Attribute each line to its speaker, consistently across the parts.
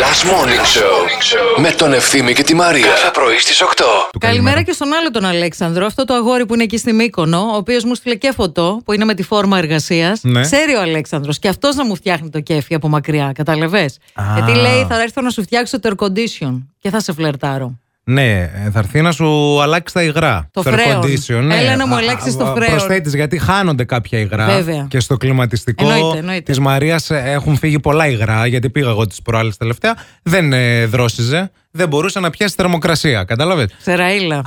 Speaker 1: Last Morning Show με τον Ευθύμη και τη Μαρία. Κάθε πρωί στις 8.
Speaker 2: Καλημέρα και στον άλλο τον Αλέξανδρο, αυτό το αγόρι που είναι εκεί στη Μύκονο, ο οποίος μου στείλε και φωτό που είναι με τη φόρμα εργασίας.
Speaker 3: Ναι.
Speaker 2: Ξέρει ο Αλέξανδρος και αυτός να μου φτιάχνει το κέφι από μακριά, κατάλαβες. Γιατί λέει θα έρθω να σου φτιάξω το air condition και θα σε φλερτάρω.
Speaker 3: Ναι, ε, θα έρθει να σου αλλάξει τα υγρά.
Speaker 2: Το
Speaker 3: air
Speaker 2: φρέον.
Speaker 3: condition, ναι.
Speaker 2: Έλα να μου
Speaker 3: Α, α,
Speaker 2: αλλάξεις το
Speaker 3: α,
Speaker 2: φρέον.
Speaker 3: Προσθέτεις, γιατί χάνονται κάποια υγρά.
Speaker 2: Βέβαια.
Speaker 3: Και στο
Speaker 2: Εννοείται,
Speaker 3: κλιματιστικό
Speaker 2: εννοείται.
Speaker 3: της Μαρίας έχουν φύγει πολλά υγρά, γιατί πήγα εγώ τις προάλλες τελευταία. Δεν ε, δρόσιζε. Δεν μπορούσε να πιάσει θερμοκρασία. Κατάλαβε.
Speaker 2: Σε ραήλα.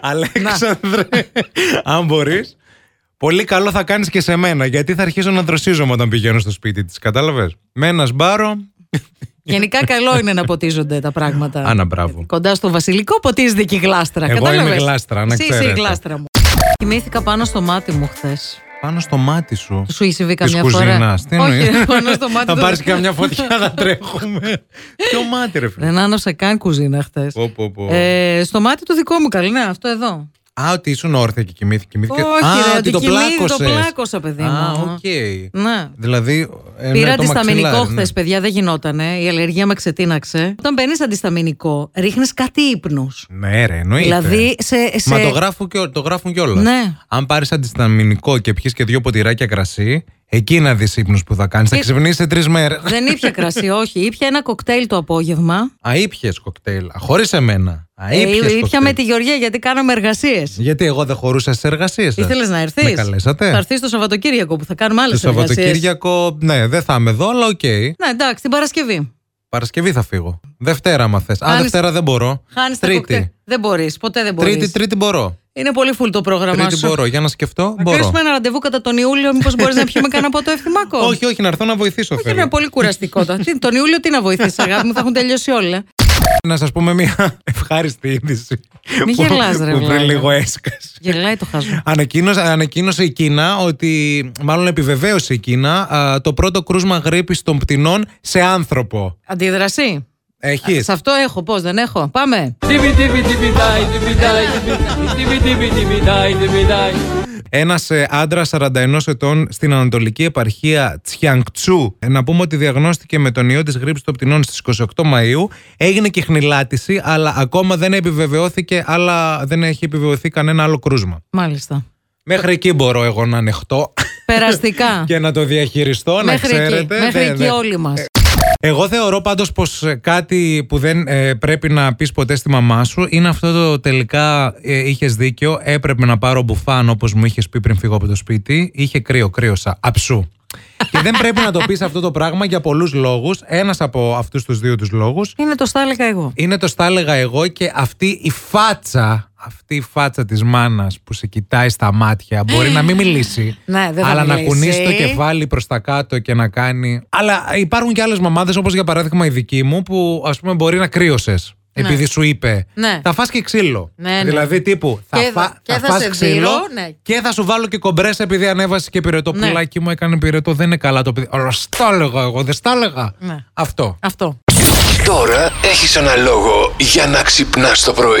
Speaker 3: Αλέξανδρε, αν μπορείς. Πολύ καλό θα κάνεις και σε μένα, γιατί θα αρχίσω να δροσίζομαι όταν πηγαίνω στο σπίτι της. Κατάλαβες. Με ένα σπάρο.
Speaker 2: Γενικά καλό είναι να ποτίζονται τα πράγματα.
Speaker 3: Άνα, μπράβο.
Speaker 2: Κοντά στο βασιλικό ποτίζεται και η γλάστρα.
Speaker 3: Εγώ
Speaker 2: κατάλαβες?
Speaker 3: είμαι γλάστρα, να
Speaker 2: Εσύ είσαι η
Speaker 3: ξέρετε.
Speaker 2: γλάστρα μου. Κοιμήθηκα πάνω στο μάτι μου χθες.
Speaker 3: Πάνω στο μάτι σου.
Speaker 2: Σου έχει συμβεί
Speaker 3: Τη
Speaker 2: καμιά φορά.
Speaker 3: Τι
Speaker 2: Όχι,
Speaker 3: εννοείς?
Speaker 2: ρε, πάνω στο μάτι.
Speaker 3: Θα
Speaker 2: του-
Speaker 3: πάρεις καμιά φωτιά, θα τρέχουμε. Ποιο μάτι, ρε φίλε.
Speaker 2: Δεν άναψα καν κουζίνα χθες.
Speaker 3: Πω, πω, πω.
Speaker 2: Ε, στο μάτι το δικό μου καλή, ναι, αυτό εδώ.
Speaker 3: Α, ότι ήσουν όρθια και κοιμήθηκε. κοιμήθηκε.
Speaker 2: Όχι,
Speaker 3: Α,
Speaker 2: ρε,
Speaker 3: ότι
Speaker 2: ότι
Speaker 3: το
Speaker 2: κοιμήθη- το
Speaker 3: πλάκωσες.
Speaker 2: πλάκωσα, παιδί
Speaker 3: Α,
Speaker 2: μου.
Speaker 3: οκ.
Speaker 2: Ναι.
Speaker 3: Δηλαδή. ε, ναι,
Speaker 2: Πήρα
Speaker 3: το
Speaker 2: αντισταμινικό
Speaker 3: μαξιλάρι, ναι.
Speaker 2: χθε, παιδιά, δεν γινότανε. Η αλλεργία με ξετίναξε. Όταν παίρνει αντισταμινικό, ρίχνεις κάτι ύπνους.
Speaker 3: Ναι, Ναι, ρε, εννοείται.
Speaker 2: Δηλαδή σε. σε...
Speaker 3: Μα το, γράφουν και, το γράφουν κιόλας.
Speaker 2: Ναι.
Speaker 3: Αν πάρεις αντισταμινικό και πιεις και δύο ποτηράκια κρασί, εκεί να δεις ύπνους που θα κάνεις. Θα
Speaker 2: Τι-
Speaker 3: ξυπνήσει σε τρεις μέρες.
Speaker 2: Δεν ήπια κρασί, όχι. Ήπια ένα κοκτέιλ το απόγευμα.
Speaker 3: Αήπιε κοκτέιλ. Χωρίς εμένα. Αήπιες
Speaker 2: Ε, ήπια
Speaker 3: κοκτέιλ.
Speaker 2: με τη Γεωργία γιατί κάναμε εργασίες.
Speaker 3: Γιατί εγώ δεν χωρούσα ε. στι εργασίε σα.
Speaker 2: Ήθελες να έρθει.
Speaker 3: Με καλέσατε.
Speaker 2: Θα έρθεις το Σαββατοκύριακο που θα κάνουμε άλλες
Speaker 3: Το
Speaker 2: εργασίες.
Speaker 3: Σαββατοκύριακο, ναι, δεν θα είμαι εδώ, αλλά οκ.
Speaker 2: Ναι, εντάξει, την Παρασκευή.
Speaker 3: Παρασκευή θα φύγω. Δευτέρα, άμα θες. Α,
Speaker 2: Χάνεις-
Speaker 3: Δευτέρα δεν μπορώ.
Speaker 2: Χάνεις τα κοκτέιλ.
Speaker 3: Τρίτη.
Speaker 2: Δεν μπορείς, ποτέ δεν μπορείς.
Speaker 3: Τρίτη, τρίτη μπορώ.
Speaker 2: Είναι πολύ full το πρόγραμμά
Speaker 3: Τρίτη
Speaker 2: σου.
Speaker 3: μπορώ. Για να σκεφτώ,
Speaker 2: Να
Speaker 3: μπορώ.
Speaker 2: κλείσουμε ένα ραντεβού κατά τον Ιούλιο, μήπως μπορείς να πιούμε κανένα από το ευθυμάκο.
Speaker 3: Όχι, όχι, να έρθω να βοηθήσω.
Speaker 2: Όχι,
Speaker 3: θέλω.
Speaker 2: είναι πολύ κουραστικό. το. Τι- τον Ιούλιο τι να βοηθήσεις, αγάπη μου, θα έχουν τελειώσει όλα.
Speaker 3: Να σας πούμε μια ευχάριστη είδηση.
Speaker 2: Μη
Speaker 3: που-
Speaker 2: γελάς, ρε,
Speaker 3: Που πριν
Speaker 2: βλάκα.
Speaker 3: λίγο έσκασε.
Speaker 2: Γελάει το χάζο.
Speaker 3: Ανακοίνωσε, ανακοίνωσε η Κίνα ότι, μάλλον επιβεβαίωσε η Κίνα, α, το πρώτο κρούσμα γρήπης των πτηνών σε άνθρωπο.
Speaker 2: Αντίδραση.
Speaker 3: Έχεις.
Speaker 2: Σε αυτό έχω, πώς δεν έχω. Πάμε.
Speaker 4: Tibi tibi tibi dai tibi dai tibi tibi tibi dai tibi dai
Speaker 3: Ένας ε, άντρας 41 ετών στην Ανατολική επαρχία Τσιανκτσού. Ε, Να πούμε ότι διαγνώστηκε με τον ιό της γρήψης των πτηνών στις 28 Μαου. Έγινε και χνηλάτιση, αλλά ακόμα δεν επιβεβαιώθηκε, αλλά δεν έχει επιβεβαιωθεί κανένα άλλο κρούσμα.
Speaker 2: Μάλιστα.
Speaker 3: Μέχρι εκεί μπορώ εγώ να ανεχτώ
Speaker 2: Περαστικά.
Speaker 3: και να το διαχειριστώ, να
Speaker 2: μέχρι εκεί,
Speaker 3: ξέρετε. Ναι,
Speaker 2: μέχρι
Speaker 3: Δεν-
Speaker 2: εκεί
Speaker 3: δεν-
Speaker 2: όλοι μας.
Speaker 3: Εγώ θεωρώ πάντως πως κάτι που δεν ε, πρέπει να πεις ποτέ στη μαμά σου είναι αυτό το τελικά ε, είχες δίκιο. Έπρεπε να πάρω μπουφάν όπως μου είχες πει πριν φύγω από το σπίτι. Είχε κρύο, κρύωσα. Αψού. και δεν πρέπει να το πεις αυτό το πράγμα για πολλούς λόγους. Ένας από αυτούς τους δύο τους λόγους
Speaker 2: Είναι το στάλεκα εγώ.
Speaker 3: είναι το στα έλεγα εγώ και αυτή η φάτσα, αυτή η φάτσα της μάνας που σε κοιτάει στα μάτια μπορεί να μην μιλήσει,
Speaker 2: Ναι, δεν θα
Speaker 3: αλλά να
Speaker 2: μιλήσει.
Speaker 3: κουνήσει το κεφάλι προς τα κάτω και να κάνει... Αλλά υπάρχουν και άλλες μαμάδες όπως για παράδειγμα η δική μου που ας πούμε μπορεί να κρύωσες. Επειδή σου είπε,
Speaker 2: Ναι.
Speaker 3: θα φας και ξύλο.
Speaker 2: Ναι, ναι.
Speaker 3: Δηλαδή τύπου, θα,
Speaker 2: Και θα-
Speaker 3: φά,
Speaker 2: και θα
Speaker 3: φας
Speaker 2: σε
Speaker 3: ξύλο
Speaker 2: δίνω, ναι.
Speaker 3: και θα σου βάλω και κομπρές επειδή ανέβασε και πυρετό.
Speaker 2: Ναι.
Speaker 3: Πουλάκι μου έκανε πυρετό, δεν είναι καλά το παιδί. Αλλά στα έλεγα εγώ, δεν στα έλεγα.
Speaker 2: Ναι.
Speaker 3: Αυτό.
Speaker 2: Αυτό.
Speaker 1: Τώρα έχεις ένα λόγο για να ξυπνάς το πρωί.